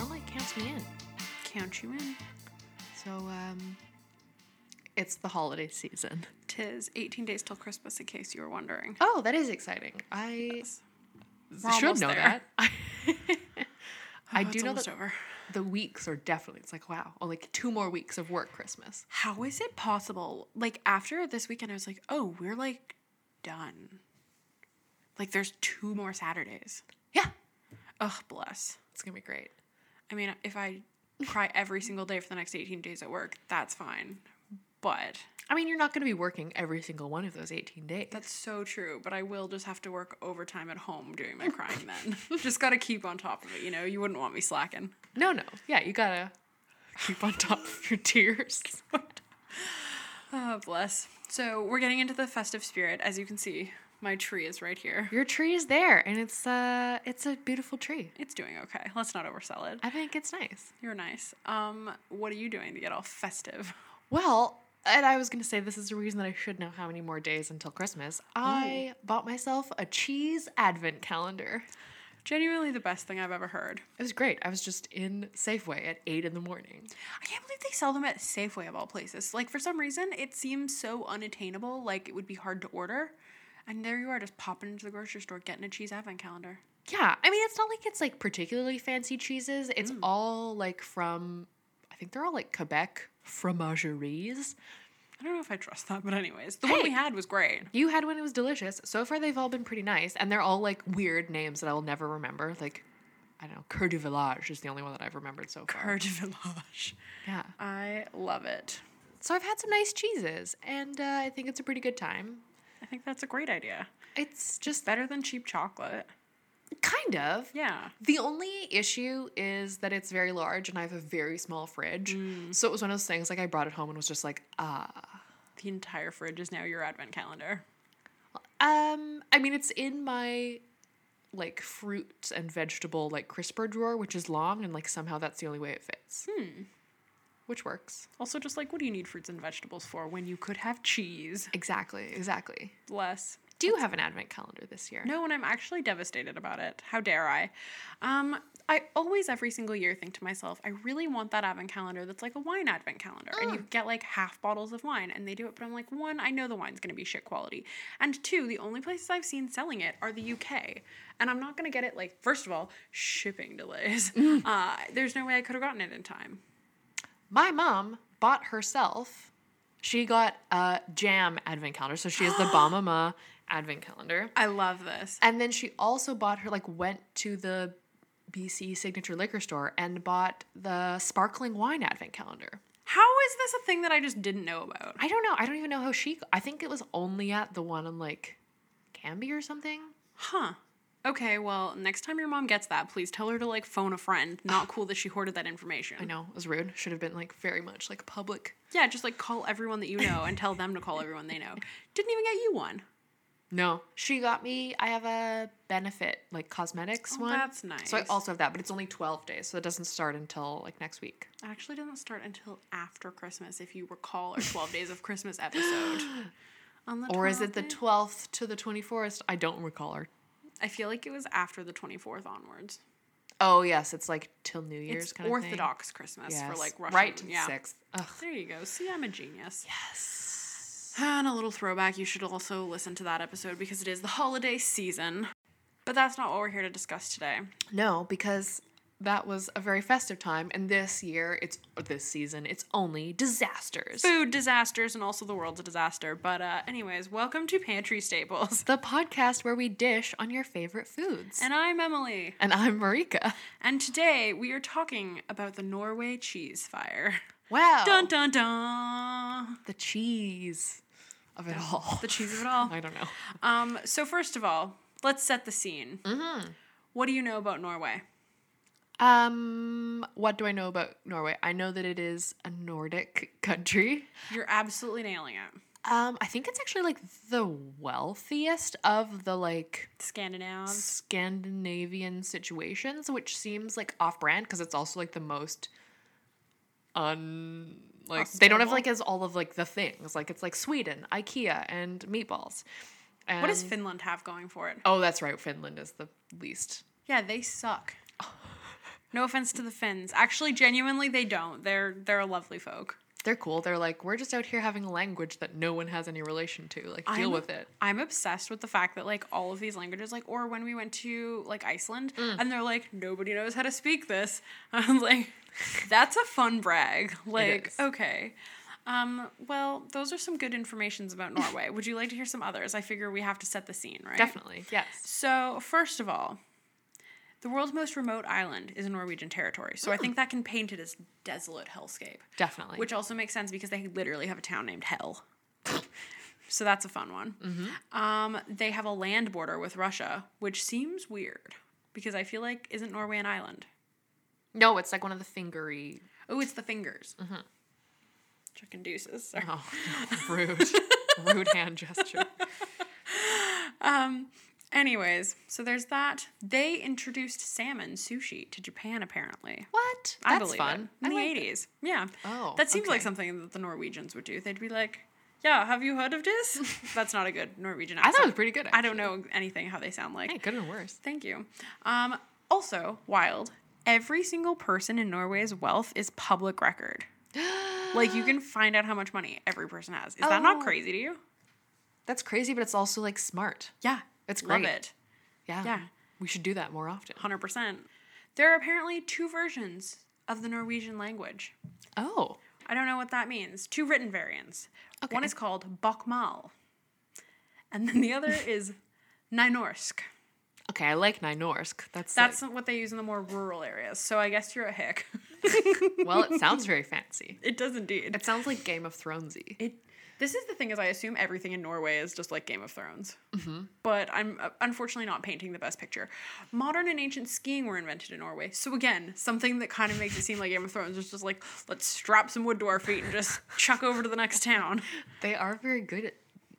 Oh, can Count you in. so um it's the holiday season Tis 18 days till Christmas, in case you were wondering. oh that is exciting i Yes. We're should almost know there. that i Oh, do it's know almost that over. the weeks are definitely it's like wow only like two more weeks of work christmas How is it possible? Like after this weekend, I was like, oh, we're like done. Like there's two more Saturdays. yeah Ugh, bless. it's gonna be great I mean, if I cry every single day for the next 18 days at work, that's fine. But i mean you're not gonna be working every single one of those 18 days that's so true. But I will just have to work overtime at home doing my crying then. just got to keep on top of it. You know, you wouldn't want me slacking. no no yeah you gotta keep on top of your tears Oh, bless. So we're getting into the festive spirit. As you can see, my tree is right here. your tree is there and it's uh it's a beautiful tree It's doing okay. Let's not oversell it. i think it's nice You're nice. Um, what are you doing to get all festive? Well, and I was going to say this is the reason that I should know how many more days until Christmas. I bought myself a cheese advent calendar. Genuinely the best thing I've ever heard. It was great. I was just in Safeway at 8 in the morning. I can't believe they sell them at Safeway of all places. Like for some reason, it seems so unattainable. Like it would be hard to order. And there you are, just popping into the grocery store, getting a cheese advent calendar. Yeah, I mean, it's not like it's like particularly fancy cheeses. It's all like from, I think they're all like Quebec fromageries. I don't know if I trust that, but anyways, the one we Hey. had was great. You had one, it was delicious. So far, they've all been pretty nice, and they're all like weird names that I will never remember. Like, I don't know, Coeur du Village is the only one that I've remembered so far. Coeur de Village. yeah. I love it. So I've had some nice cheeses, and uh, I think it's a pretty good time. I think that's a great idea. It's Just better than cheap chocolate. kind of. Yeah. The only issue is that it's very large, and I have a very small fridge. So it was one of those things like I brought it home and was just like, ah. The entire fridge is now your advent calendar. Um, I mean, it's in my like fruit and vegetable like crisper drawer, which is long, and like somehow that's the only way it fits. Hmm. Which works. Also, just like, what do you need fruits and vegetables for when you could have cheese? Exactly. Exactly. Bless. Do you have an advent calendar this year? No, and I'm actually devastated about it. How dare I? Um, I always, every single year, think to myself, I really want that advent calendar that's like a wine advent calendar. And you get like half bottles of wine, and they do it. But I'm like, one, I know the wine's going to be shit quality. And two, the only places I've seen selling it are the UK. And I'm not going to get it, like, first of all, shipping delays. Uh, there's no way I could have gotten it in time. My mom bought herself. She got a jam advent calendar, so she has the Ba Mama advent calendar. I love this. And then she also bought her like went to the BC Signature Liquor Store and bought the sparkling wine advent calendar. How is this a thing that I just didn't know about? I don't know. I don't even know how she. I think it was only at the one on like Canby or something. Huh. Okay, well, next time your mom gets that, please tell her to like phone a friend. Not cool that she hoarded that I information. know it was rude. Should have been like very much like public. Yeah, just like call everyone that you know and tell them to call everyone they know. Didn't even get you one. No, she got me. I have a benefit like cosmetics Oh, one. that's nice. So I also have that, but it's only twelve days, so it doesn't start until like next week. It actually doesn't start until after Christmas, if you recall our 12 Days of Christmas episode. On the Or is it the 12th day? twelfth to the twenty fourth? I don't recall. Or I feel like it was after the 24th onwards. oh yes, it's like till New Year's It's kind of thing. Orthodox Christmas Yes. for like Russian. right to the yeah. sixth. Ugh. There you go. See, I'm a genius. Yes. And a little throwback, you should also listen to that episode because it is the holiday season. But that's not what we're here to discuss today. No, because that was a very festive time, and this year it's or this season it's only disasters. Food disasters and also the world's a disaster. But, uh, anyways, welcome to Pantry Staples. The podcast where we dish on your favorite foods. And I'm Emily. and I'm Marika. And today we are talking about the Norway cheese fire. Wow. Dun dun dun! the cheese of it all. The cheese of it all. I don't know. Um, so, first of all, let's set the scene. What do you know about Norway? Um, what do I know about Norway? I know that it is a Nordic country. You're absolutely nailing it. Um, I think it's actually like the wealthiest of the like Scandinavians. Scandinavian situations, which seems like off-brand because it's also like the most un like they don't have like Hospitable. as all of like the things like it's like Sweden, IKEA, and meatballs. And, What does Finland have going for it? oh, that's right, Finland is the least. Yeah, they suck. No offense to the Finns. Actually, genuinely, they don't. They're they're a lovely folk. They're cool. They're like, we're just out here having a language that no one has any relation to. Like, deal I'm- with it. I'm obsessed with the fact that like all of these languages, like or when we went to like Iceland, Mm. and they're like nobody knows how to speak this. I'm like, that's a fun brag. Like, is. okay. Um, well, those are some good informations about Norway. Would you like to hear some others? I figure we have to set the scene, right? Definitely. Yes. So, first of all, the world's most remote island is in Norwegian territory. So, I think that can paint it as desolate hellscape, Definitely. which also makes sense because they literally have a town named Hell. so, that's a fun one. Um, they have a land border with Russia, which seems weird because I feel like isn't Norway an island? no, it's like one of the fingery. Oh, it's the fingers. Chicken deuces. Sorry. Oh, rude. rude hand gesture. Anyways, so there's that. They introduced salmon sushi to Japan apparently. What? That's I believe fun. it. I In the like it. eighties. Yeah. Oh, That seems like okay. something that the Norwegians would do. They'd be like, Yeah, have you heard of this? That's not a good Norwegian I accent. thought it was pretty good. I don't actually. know anything how they sound like. Hey, good and worse. Thank you. Um, also, wild. Every single person in Norway's wealth is public record. like you can find out how much money every person has. Is that Oh. not crazy to you? That's crazy, but it's also like smart. Yeah. It's Love great. it. Yeah. Yeah. We should do that more often. 100%. There are apparently two versions of the Norwegian language. Oh. I don't know what that means. Two written variants. One Okay. is called Bokmal, and then the other is Nynorsk. Okay, I like Nynorsk. That's That's what they use in the more rural areas. So I guess you're a hick. like- well, it sounds very fancy. it does indeed. It sounds like Game of Thronesy. It. This is the thing is I assume everything in Norway is just like Game of Thrones, Mm-hmm. but I'm uh, unfortunately not painting the best picture. Modern and ancient skiing were invented in Norway, so again, something that kind of makes it seem like Game of Thrones is just like let's strap some wood to our feet and just chuck over to the next town. They are very good at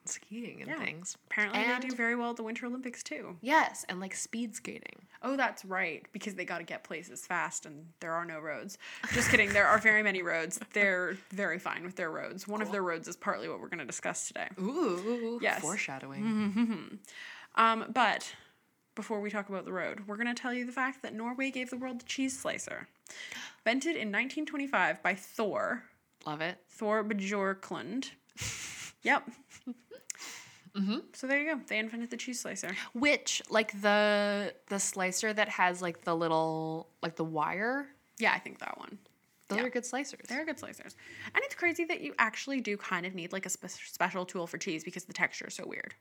skiing and Yeah. things. Apparently, and, they do very well at the Winter Olympics too. Yes, and like speed skating. Oh, that's right, because they got to get places fast, and there are no roads. Just kidding. There are very many roads. They're very fine with their roads. One of their roads is partly what we're going to discuss today. Ooh. Yes. Foreshadowing. Um, but before we talk about the road, we're going to tell you the fact that Norway gave the world the cheese slicer, invented in 1925 by Thor Love it. Thor Bjorklund. Yep. So there you go. They invented the cheese slicer. Which like the the slicer that has like the little like the wire. Yeah, I think that one. Those Yeah. are good slicers. They're good slicers. And it's crazy that you actually do kind of need like a spe- special tool for cheese because the texture is so weird.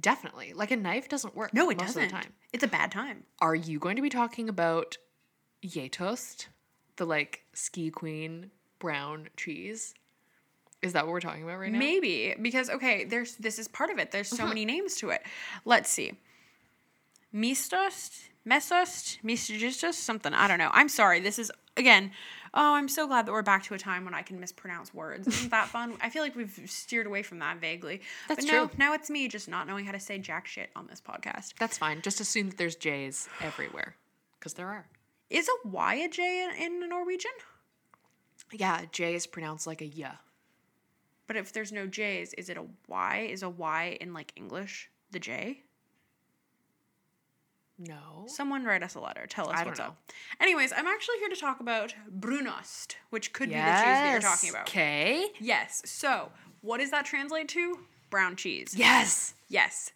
Definitely. Like a knife doesn't work. most Of the time. It's a bad time. Are you going to be talking about Yetost, the like ski queen brown cheese? Is that what we're talking about right now? Maybe because okay, there's this is part of it. There's so Uh-huh. many names to it. Let's see. Mistost, mesost, misogist, something. I don't know. I'm sorry. This is again. Oh, I'm so glad that we're back to a time when I can mispronounce words. Isn't that fun? I feel like we've steered away from that vaguely. That's but no, true. now it's me just not knowing how to say jack shit on this podcast. That's fine. Just assume that there's J's everywhere because there are. Is a Y a J in, in Norwegian? Yeah, J is pronounced like a yeah. But if there's no J's, is it a Y? Is a Y in like English the J? No. Someone write us a letter. Tell us I don't what's know. up. Anyways, I'm actually here to talk about Brunost, which could be the cheese that you're talking about. Okay. Yes. So, what does that translate to? Brown cheese. Yes. Yes.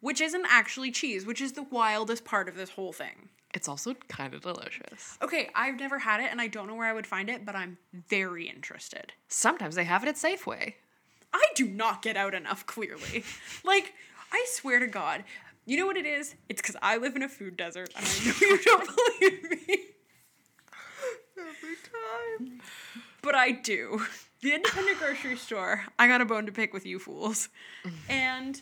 Which isn't actually cheese, which is the wildest part of this whole thing. It's also kind of delicious. Okay, I've never had it and I don't know where I would find it, but I'm very interested. Sometimes they have it at Safeway. I do not get out enough, clearly. Like, I swear to God, you know what it is? It's because I live in a food desert and I know you don't believe me, Every time. but I do. The independent grocery store, I got a bone to pick with you fools. And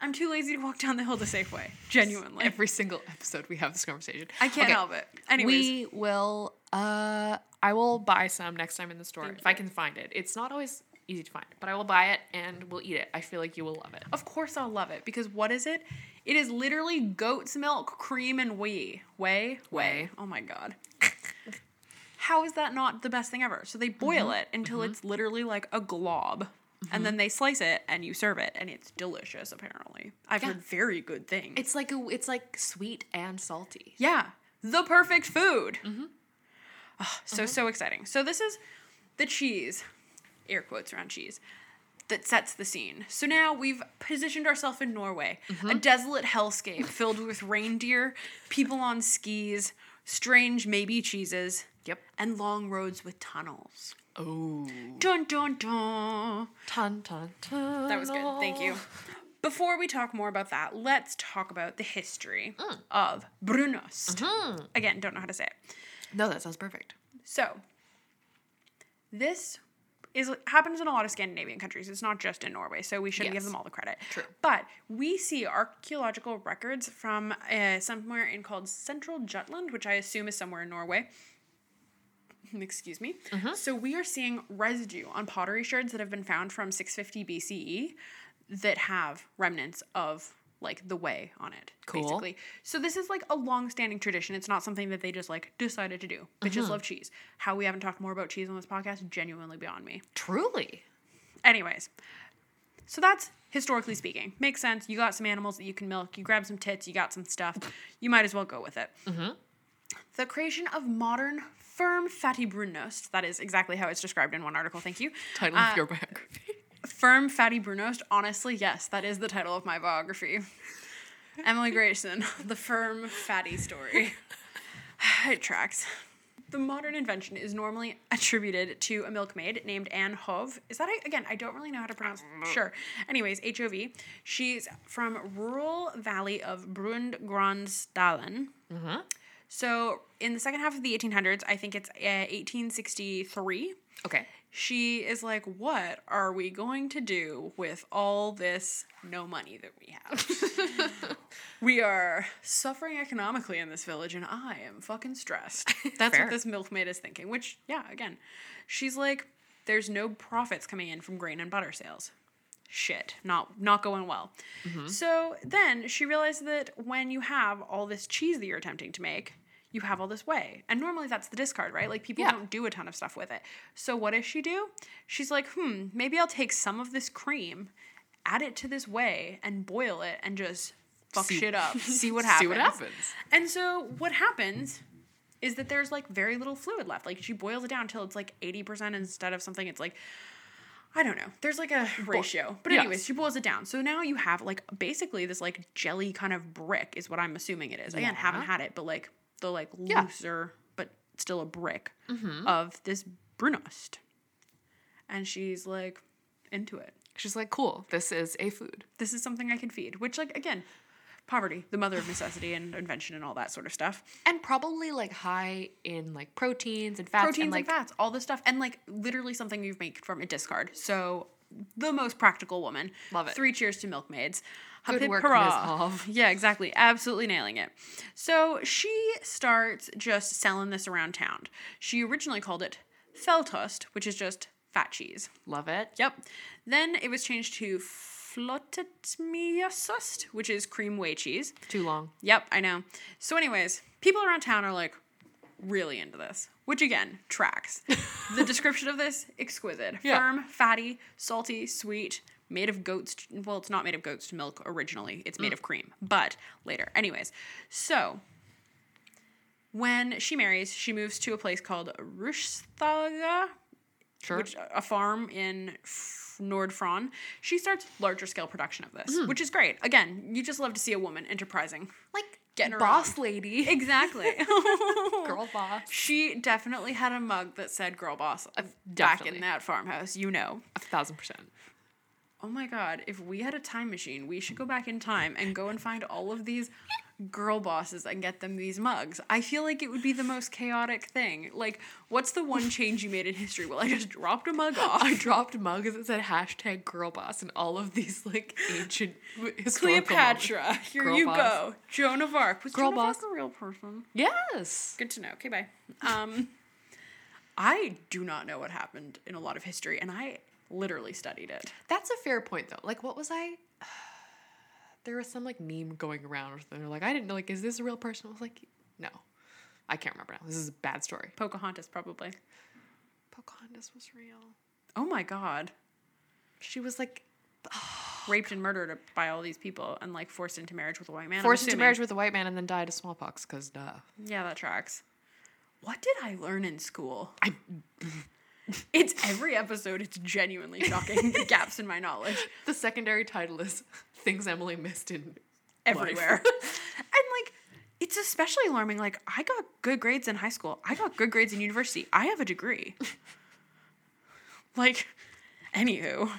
I'm too lazy to walk down the hill to Safeway, genuinely. Every single episode we have this conversation. I can't Okay, help it. Anyways, We will. Uh, I will buy some next time in the store Thank if I can find it. It's not always easy to find, but I will buy it and we'll eat it. I feel like you will love it. of course I'll love it because what is it? It is literally goat's milk, cream, and whey. Whey? Whey. Oh my God. how is that not the best thing ever? So they boil it until it's literally like a glob. And then they slice it and you serve it and it's delicious apparently. I've heard very good things. It's like a, it's like sweet and salty. yeah. the perfect food. Ah, so so exciting. So this is the cheese, air quotes around cheese, that sets the scene. So now we've positioned ourselves in Norway, a desolate hellscape filled with reindeer, people on skis, strange maybe cheeses, Yep. and long roads with tunnels. Oh. Dun dun dun. Ton ton ton. That was good. Thank you. Before we talk more about that, let's talk about the history of Brunost. Again, don't know how to say it. No, that sounds perfect. So, this is happens in a lot of Scandinavian countries. It's not just in Norway, so we shouldn't give Yes. them all the credit. True. But we see archaeological records from uh, somewhere in called Central Jutland, which I assume is somewhere in Norway. Excuse me. So we are seeing residue on pottery shards that have been found from 650 BCE that have remnants of like the way on it, Cool. basically. So this is like a long-standing tradition. It's not something that they just like decided to do. Bitches Mm-hmm. love cheese. How we haven't talked more about cheese on this podcast genuinely beyond me. Truly. Anyways, so that's historically speaking. Makes sense. You got some animals that you can milk. You grab some tits. You got some stuff. You might as well go with it. Mm-hmm. The creation of modern firm fatty brunost. That is exactly how it's described in one article. Thank you. Title Uh, of your biography. Firm fatty brunost. Honestly, yes, that is the title of my biography. Emily Grayson, the firm fatty story. it tracks. The modern invention is normally attributed to a milkmaid named Anne Hove. Is that a, again? I don't really know how to pronounce. Sure. Anyways, H O V. She's from rural valley of Brundgrandstalen. So in the second half of the 1800s, I think it's uh, 1863 Okay. she is like, What are we going to do with all this no money that we have? we are suffering economically in this village, and I am fucking stressed. That's Fair. what this milkmaid is thinking, which, yeah, again, she's like, There's no profits coming in from grain and butter sales. Shit, not not going well. So then she realized that when you have all this cheese that you're attempting to make, you have all this whey. And normally that's the discard, right? Like people Yeah. don't do a ton of stuff with it. So what does she do? She's like, hmm, maybe I'll take some of this cream, add it to this whey, and boil it and just fuck See- shit up. See what happens. See what happens. And so what happens is that there's like very little fluid left. Like she boils it down till it's like 80% instead of something it's like I don't know. There's like a ratio. But yes. anyways, she boils it down. So now you have like basically this like jelly kind of brick is what I'm assuming it is. Again, haven't Yeah. had it, but like the like Yeah. Mm-hmm. looser but still a brick of this brunost. And she's like into it. She's like, cool. This is a food. This is something I can feed, which like again, poverty, the mother of necessity and invention and all that sort of stuff. and probably like high in like proteins and fats proteins and like and, fats, all this stuff, and like literally something you've made from a discard. So the most practical woman. Love it. Three cheers to milkmaids. Good Hip work, hurrah. Ms. Hov. Yeah, exactly. Absolutely nailing it. So she starts just selling this around town. She originally called it Feltost, which is just fat cheese. love it. Yep. Then it was changed to Flottetmiosost, which is cream whey cheese. Too long. Yep, I know. So, anyways, people around town are like really into this, which again tracks. the description of this exquisite, Yeah. firm, fatty, salty, sweet, made of goat's. Well, it's not made of goat's milk originally. It's made of cream, but later. Anyways, so when she marries, she moves to a place called Rushstaga, Sure. which a farm in F- Nordfron. She starts larger scale production of this, which is great. Again, you just love to see a woman enterprising. like getting her boss lady, Exactly. girl boss. she definitely had a mug that said girl boss back Uh, definitely. in that farmhouse, you know. A thousand percent. Oh my god, if we had a time machine, we should go back in time and go and find all of these girl bosses and get them these mugs. I feel like it would be the most chaotic thing. Like, what's the one change you made in history? Well, I just dropped a mug off. I dropped mugs that said hashtag girl boss and all of these like ancient w- historical Cleopatra, moments. here Girl you boss. go. Joan of Arc. Was Girl Joan of Arc boss. a real person? Yes. Good to know. Okay, bye. Um, I do not know what happened in a lot of history, and I literally studied it. That's a fair point though. Like what was I there was some like meme going around or they're like, I didn't know like is this a real person? I was like, no. I can't remember now. This is a bad story. Pocahontas, probably. Pocahontas was real. Oh my god. She was like raped and murdered by all these people and like forced into marriage with a white man. I'm Forced into assuming. marriage with a white man and then died of smallpox, because duh. Yeah, that tracks. What did I learn in school? I- it's every episode. It's genuinely shocking. the gaps in my knowledge The secondary title is Things Emily Missed in everywhere. and like, it's especially alarming. Like, I got good grades in high school. I got good grades in university. I have a degree. like, anywho,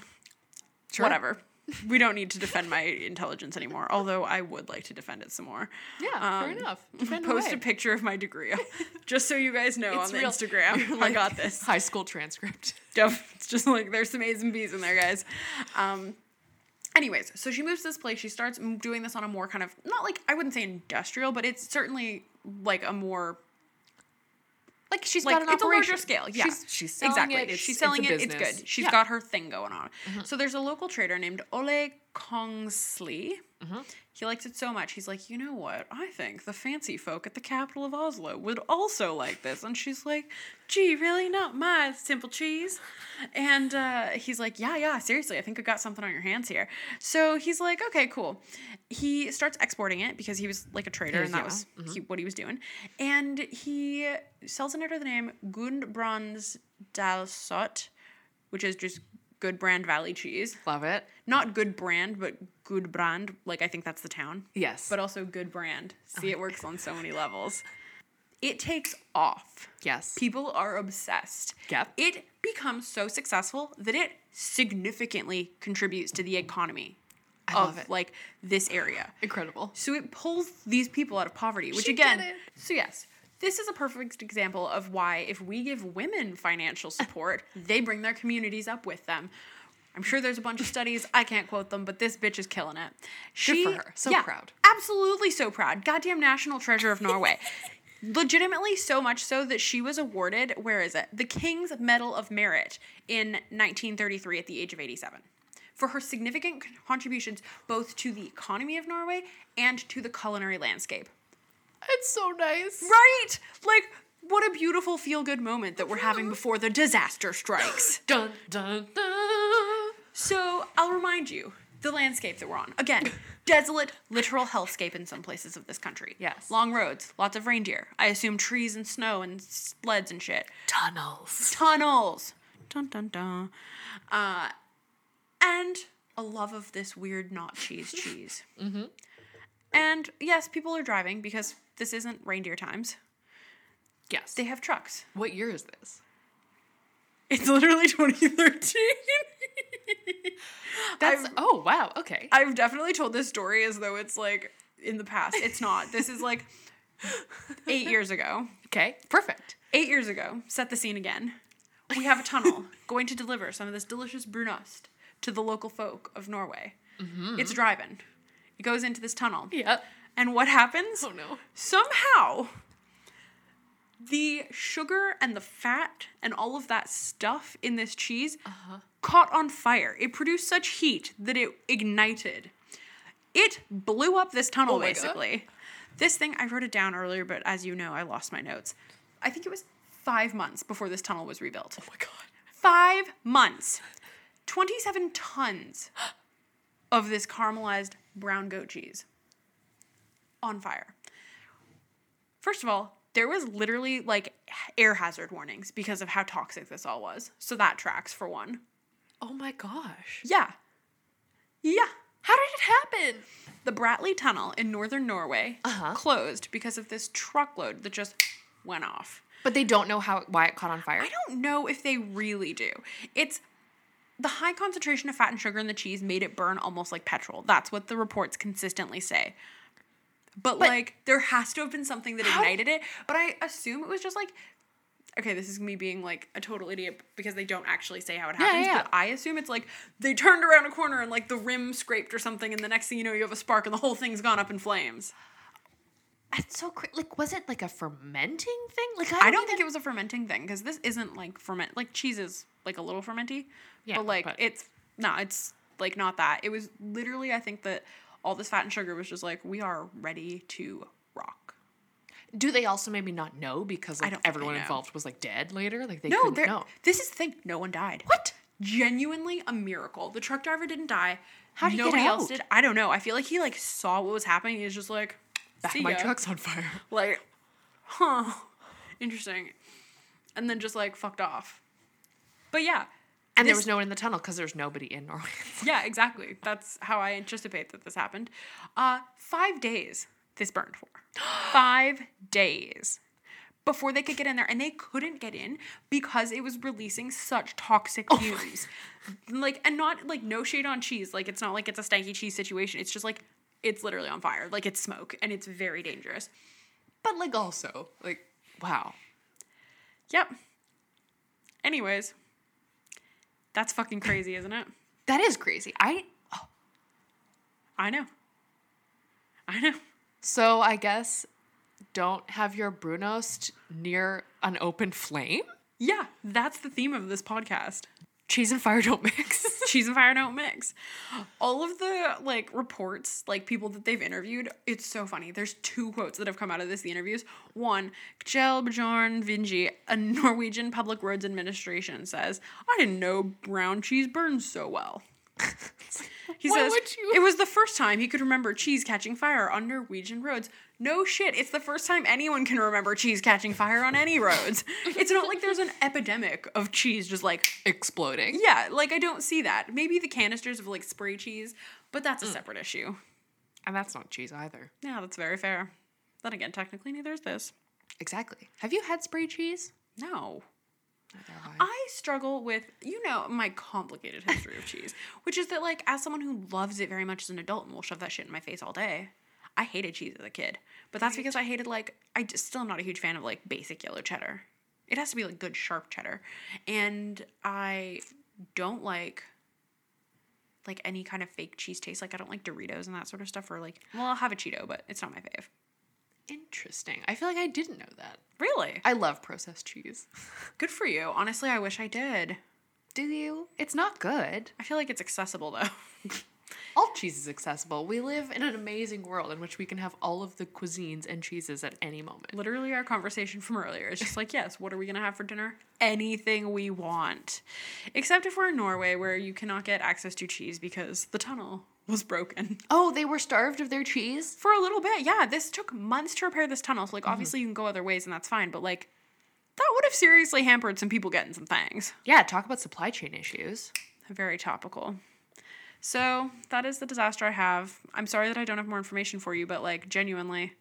Sure. whatever. We don't need to defend my intelligence anymore. Although I would like to defend it some more. Yeah, Um, fair enough. Defend post away. a picture of my degree, just so you guys know on the real- Instagram. you're I like got this. High school transcript. Yep. It's just like there's some A's and B's in there, guys. Um, anyways, so she moves to this place. She starts m- doing this on a more kind of not like I wouldn't say industrial, but it's certainly like a more Like she's like got an it's operation. a larger scale. Yeah, She's, she's selling exactly. it. It's, she's selling it's a it. It's business. good. She's Yeah. got her thing going on. So there's a local trader named Ole Kongsley. He likes it so much. He's like, you know what? I think the fancy folk at the capital of Oslo would also like this. And she's like, gee, really? Not my simple cheese. And uh, he's like, yeah, yeah, seriously. I think we got something on your hands here. So he's like, okay, cool. He starts exporting it because he was like a trader Yeah, and that yeah. was Mm-hmm. he, what he was doing. And he sells it under the name Gundbrandsdalsot, which is just Good Brand Valley cheese. Love it. Not Good Brand, but Good Brand. Like, I think that's the town, Yes. Oh but also Good Brand. See, it works on so many levels. It takes off. yes. People are obsessed. Yep. It becomes so successful that it significantly contributes to the economy I of love it. like this area. Incredible. So it pulls these people out of poverty, which She again, did it. so yes, this is a perfect example of why if we give women financial support, they bring their communities up with them. I'm sure there's a bunch of studies. I can't quote them, but this bitch is killing it. She, her. So proud. Absolutely so proud. Goddamn national treasure of Norway. Legitimately so much so that she was awarded, where is it? The King's Medal of Merit in 1933 at the age of 87 for her significant contributions both to the economy of Norway and to the culinary landscape. It's so nice. Right? Like, what a beautiful feel good moment that we're having before the disaster strikes. Dun dun dun. So I'll remind you the landscape that we're on. Again, desolate, literal hellscape in some places of this country. Yes. Long roads, lots of reindeer. I assume trees and snow and sleds and shit. Tunnels. Tunnels. Dun dun dun. Uh, and a love of this weird not cheese cheese. mm-hmm. And yes, people are driving because this isn't reindeer times. Yes. They have trucks. what year is this? It's literally 2013. That's oh wow. Okay. I've definitely told this story as though it's like in the past. It's not. This is like eight years ago. okay. Perfect. Eight years ago, set the scene again. We have a tunnel going to deliver some of this delicious brunost to the local folk of Norway. It's driving. It goes into this tunnel. Yeah. And what happens? Oh no. somehow the sugar and the fat and all of that stuff in this cheese Uh-huh. caught on fire. It produced such heat that it ignited. It blew up this tunnel, Oh my God. basically. This thing, I wrote it down earlier, but as you know, I lost my notes. I think it was five months before this tunnel was rebuilt. Oh my god. Five months. 27 tons of this caramelized brown goat cheese on fire. First of all, there was literally like air hazard warnings because of how toxic this all was. So that tracks for one. Oh my gosh. Yeah. Yeah. How did it happen? The Bratley Tunnel in northern Norway Uh-huh. closed because of this truckload that just went off. But they don't know how why it caught on fire. I don't know if they really do. It's the high concentration of fat and sugar in the cheese made it burn almost like petrol. That's what the reports consistently say. But, like, there has to have been something that How- ignited it. But I assume it was just like, okay, this is me being like a total idiot because they don't actually say how it Yeah, happens. yeah, yeah. But I assume it's like they turned around a corner and like the rim scraped or something, and the next thing you know, you have a spark and the whole thing's gone up in flames. That's so cra- like was it like a fermenting thing? Like I don't think it was a fermenting thing because this isn't like ferment like cheese is like a little fermenty, Yeah, but like but- it's no, it's like not that. It was literally I think that all this fat and sugar was just like we are ready to rock. e, Do they also maybe not know because like don't think they everyone know. involved was like dead later? Like they No, couldn't there. know. This is the thing. No one died. What? genuinely a miracle. The truck driver didn't die. How did he get Nobody else out? did. I don't know. I feel like he like saw what was happening. He was just like, Back "See Ah, my ya." truck's on fire. Like, huh, interesting. And then just like fucked off. But yeah, And there This- was no one in the tunnel because there's nobody in Norway. yeah, exactly. That's how I anticipate that this happened. Uh, five days this burned for. five days before they could get in there, and they couldn't get in because it was releasing such toxic fumes. like, and not like no shade on cheese. Like, it's not like it's a stanky cheese situation. It's just like it's literally on fire. Like it's smoke, and it's very dangerous. but like also, like wow. Yep. Anyways, that's fucking crazy, isn't it? That is crazy. I I know. I know. so I guess don't have your Brunost near an open flame. Yeah, that's the theme of this podcast. Cheese and fire don't mix. Cheese and fire don't mix. All of the like reports, like people that they've interviewed, it's so funny. There's two quotes that have come out of this the interviews. One, Kjell Bjorn Vinji, a Norwegian public roads administration, says, "I didn't know brown cheese burns so well." He Why says would you? it was the first time he could remember cheese catching fire on Norwegian roads. No shit, it's the first time anyone can remember cheese catching fire on any roads. it's not like there's an epidemic of cheese just like Exploding. yeah, like I don't see that. Maybe the canisters of like spray cheese, but that's a separate issue. And that's not cheese either. Yeah, that's very fair. Then again, technically neither is this. Exactly. Have you had spray cheese? No. Neither have I. I struggle with, you know, my complicated history of cheese, which is that, like, as someone who loves it very much as an adult and will shove that shit in my face all day, I hated cheese as a kid. But that's because I hated, like, I just still am not a huge fan of, like, basic yellow cheddar. It has to be, like, good, sharp cheddar. And I don't like. Like any kind of fake cheese taste, like I don't like Doritos and that sort of stuff, or like, well, I'll have a Cheeto, but it's not my fave. Interesting. I feel like I didn't know that. Really? I love processed cheese. Good for you. Honestly, I wish I did. Do you? It's not good. I feel like it's accessible though. All cheese is accessible. We live in an amazing world in which we can have all of the cuisines and cheeses at any moment. literally our conversation from earlier is just like, yes, what are we gonna have for dinner? Anything we want. Except if we're in Norway where you cannot get access to cheese because the tunnel was broken. Oh, they were starved of their cheese? For a little bit, yeah, this took months to repair this tunnel. So like obviously you can go other ways and that's fine, but like that would have seriously hampered some people getting some things. Yeah, talk about supply chain issues. Very topical. So that is the disaster I have. I'm sorry that I don't have more information for you, but like genuinely,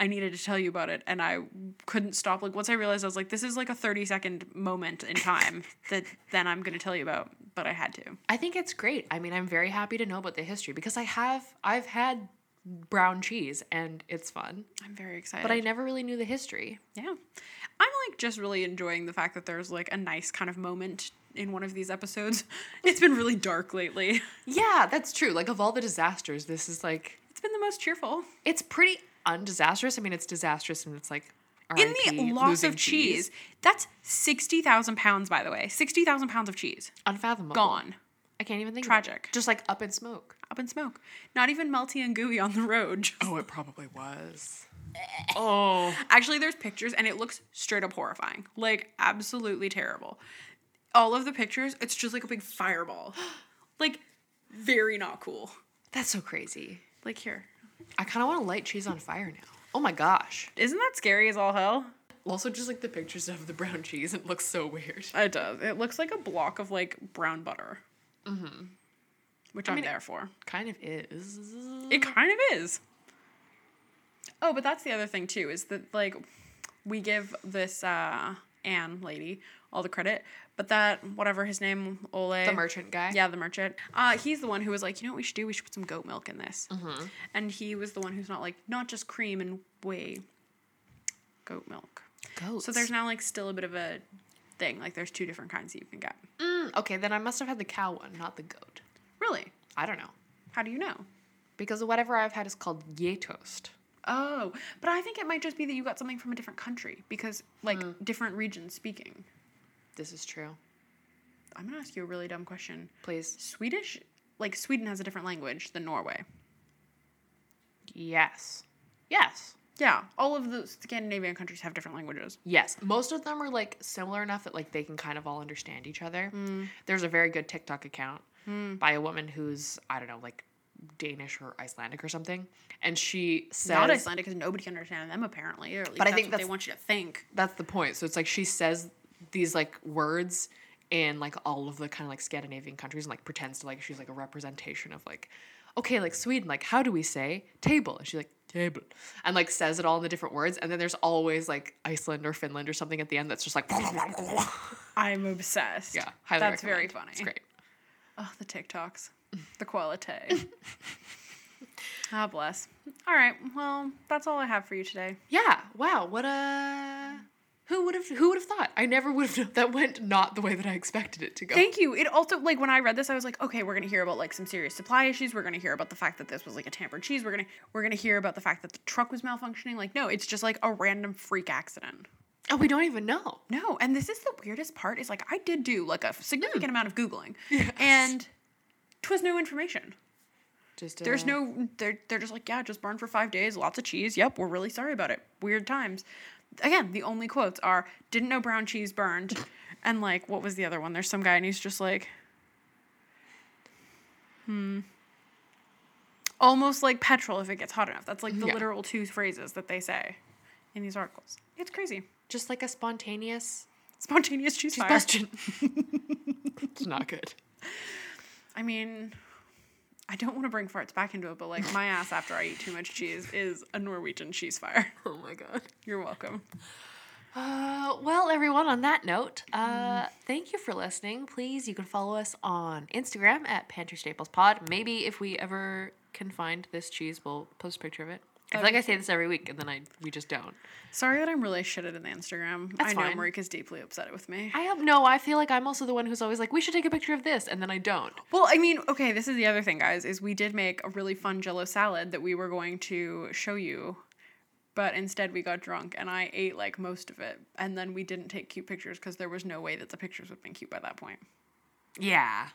I needed to tell you about it and I couldn't stop. Like once I realized I was like, this is like a 30 second moment in time that then I'm gonna tell you about, but I had to. I think it's great. I mean, I'm very happy to know about the history because I have I've had brown cheese and it's fun, I'm very excited. but I never really knew the history. Yeah. I'm like just really enjoying the fact that there's like a nice kind of moment in one of these episodes. It's been really dark lately. Yeah, that's true. Like of all the disasters, this is like It's been the most cheerful. it's pretty undisastrous. I mean, it's disastrous and it's like in RIP, the loss losing of cheese, that's 60,000 pounds, by the way. 60,000 pounds of cheese unfathomable. gone, I can't even think. of it. Tragic. Just like up in smoke. up in smoke. Not even melty and gooey on the road. Oh, it probably was. oh, Actually, there's pictures and it looks straight up horrifying. Like, absolutely terrible. All of the pictures, it's just like a big fireball. Like, very not cool. that's so crazy. Like, here. I kind of want to light cheese on fire now. Oh my gosh. Isn't that scary as all hell? Also, just like the pictures of the brown cheese, it looks so weird. It does. It looks like a block of like brown butter. Mm-hmm. Which I am mean, it- there for. Kind of is. It kind of is. Mm-hmm. Oh, but that's the other thing too is that like we give this uh Anne lady all the credit, but that whatever his name Ole The merchant guy. yeah, the merchant. Uh, he's the one who was like, you know what we should do? We should put some goat milk in this. And he was the one who's not like not just cream and whey, goat milk. Goats. So there's now like still a bit of a thing. Like there's two different kinds that you can get. Mm, okay, then I must have had the cow one, not the goat. Really? I don't know. How do you know? Because whatever I've had is called yay toast. Oh, but I think it might just be that you got something from a different country because, like, different regions speaking. This is true. I'm gonna ask you a really dumb question. Please. Swedish, like, Sweden has a different language than Norway. Yes. Yes. Yeah, all of the Scandinavian countries have different languages. Yes, most of them are like similar enough that like they can kind of all understand each other. Mm. There's a very good TikTok account by a woman who's I don't know like Danish or Icelandic or something, and she says Not Icelandic because nobody can understand them apparently. Or at least But I that's think what they that's- want you to think. that's the point. So it's like she says these like words in like all of the kind of like Scandinavian countries and like pretends to like she's like a representation of like okay like Sweden like how do we say table and she's like table and like says it all in the different words and then there's always like Iceland or Finland or something at the end that's just like I'm obsessed. yeah highly that's very recommend. funny. it's great Oh, the TikToks, the quality. Ah, bless. All right. Well, that's all I have for you today. yeah wow what a who would have who would have thought I never would have that went not the way that I expected it to go Thank you. It also like when I read this, I was like, okay, we're gonna hear about like some serious supply issues. We're gonna hear about the fact that this was like a tampered cheese. We're gonna we're gonna hear about the fact that the truck was malfunctioning. Like, no, it's just like a random freak accident. oh we don't even know No, and this is the weirdest part is like I did do like a significant amount of googling, and twas no information. just There's uh, no they're they're just like yeah, just burned for five days, lots of cheese. Yep, we're really sorry about it. Weird times. Again, the only quotes are didn't know brown cheese burned, and like what was the other one? There's some guy and he's just like, hmm, almost like petrol if it gets hot enough. That's like the Yeah. literal two phrases that they say in these articles. It's crazy. just like a spontaneous Spontaneous cheese fire. Question. it's not good. I mean, I don't want to bring farts back into it, but like my ass after I eat too much cheese is a Norwegian cheese fire. Oh my god. You're welcome. Uh, well, everyone, on that note, uh, thank you for listening. Please, you can follow us on Instagram at Pantry Staples Pod. Maybe if we ever can find this cheese, we'll post a picture of it. I feel like I say this every week, and then I we just don't. Sorry that I'm really shitted in the Instagram. That's I know fine. Marika's deeply upset with me. I have no. I feel like I'm also the one who's always like, we should take a picture of this, and then I don't. Well, I mean, okay, this is the other thing, guys, is we did make a really fun jello salad that we were going to show you, but instead we got drunk and I ate like most of it. And then we didn't take cute pictures because there was no way that the pictures would have been cute by that point. Yeah.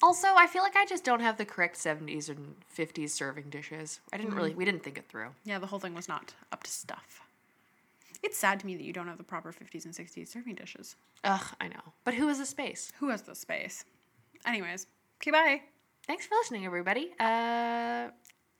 Also, I feel like I just don't have the correct 70s and 50s serving dishes. I didn't Mm-hmm. really. We didn't think it through. Yeah, the whole thing was not up to stuff. It's sad to me that you don't have the proper 50s and 60s serving dishes. Ugh, I know. But who has the space? Who has the space? Anyways, okay, bye. Thanks for listening, everybody. Uh,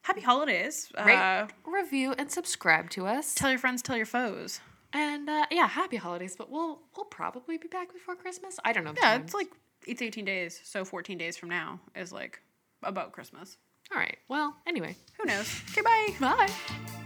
Happy holidays. rate, Uh, review, and subscribe to us. tell your friends, tell your foes. and uh, yeah, happy holidays. But we'll we'll probably be back before Christmas. I don't know. the Yeah, time. it's like it's 18 days, so 14 days from now is like about Christmas. all right. Well, anyway, Who knows? Okay, bye. bye.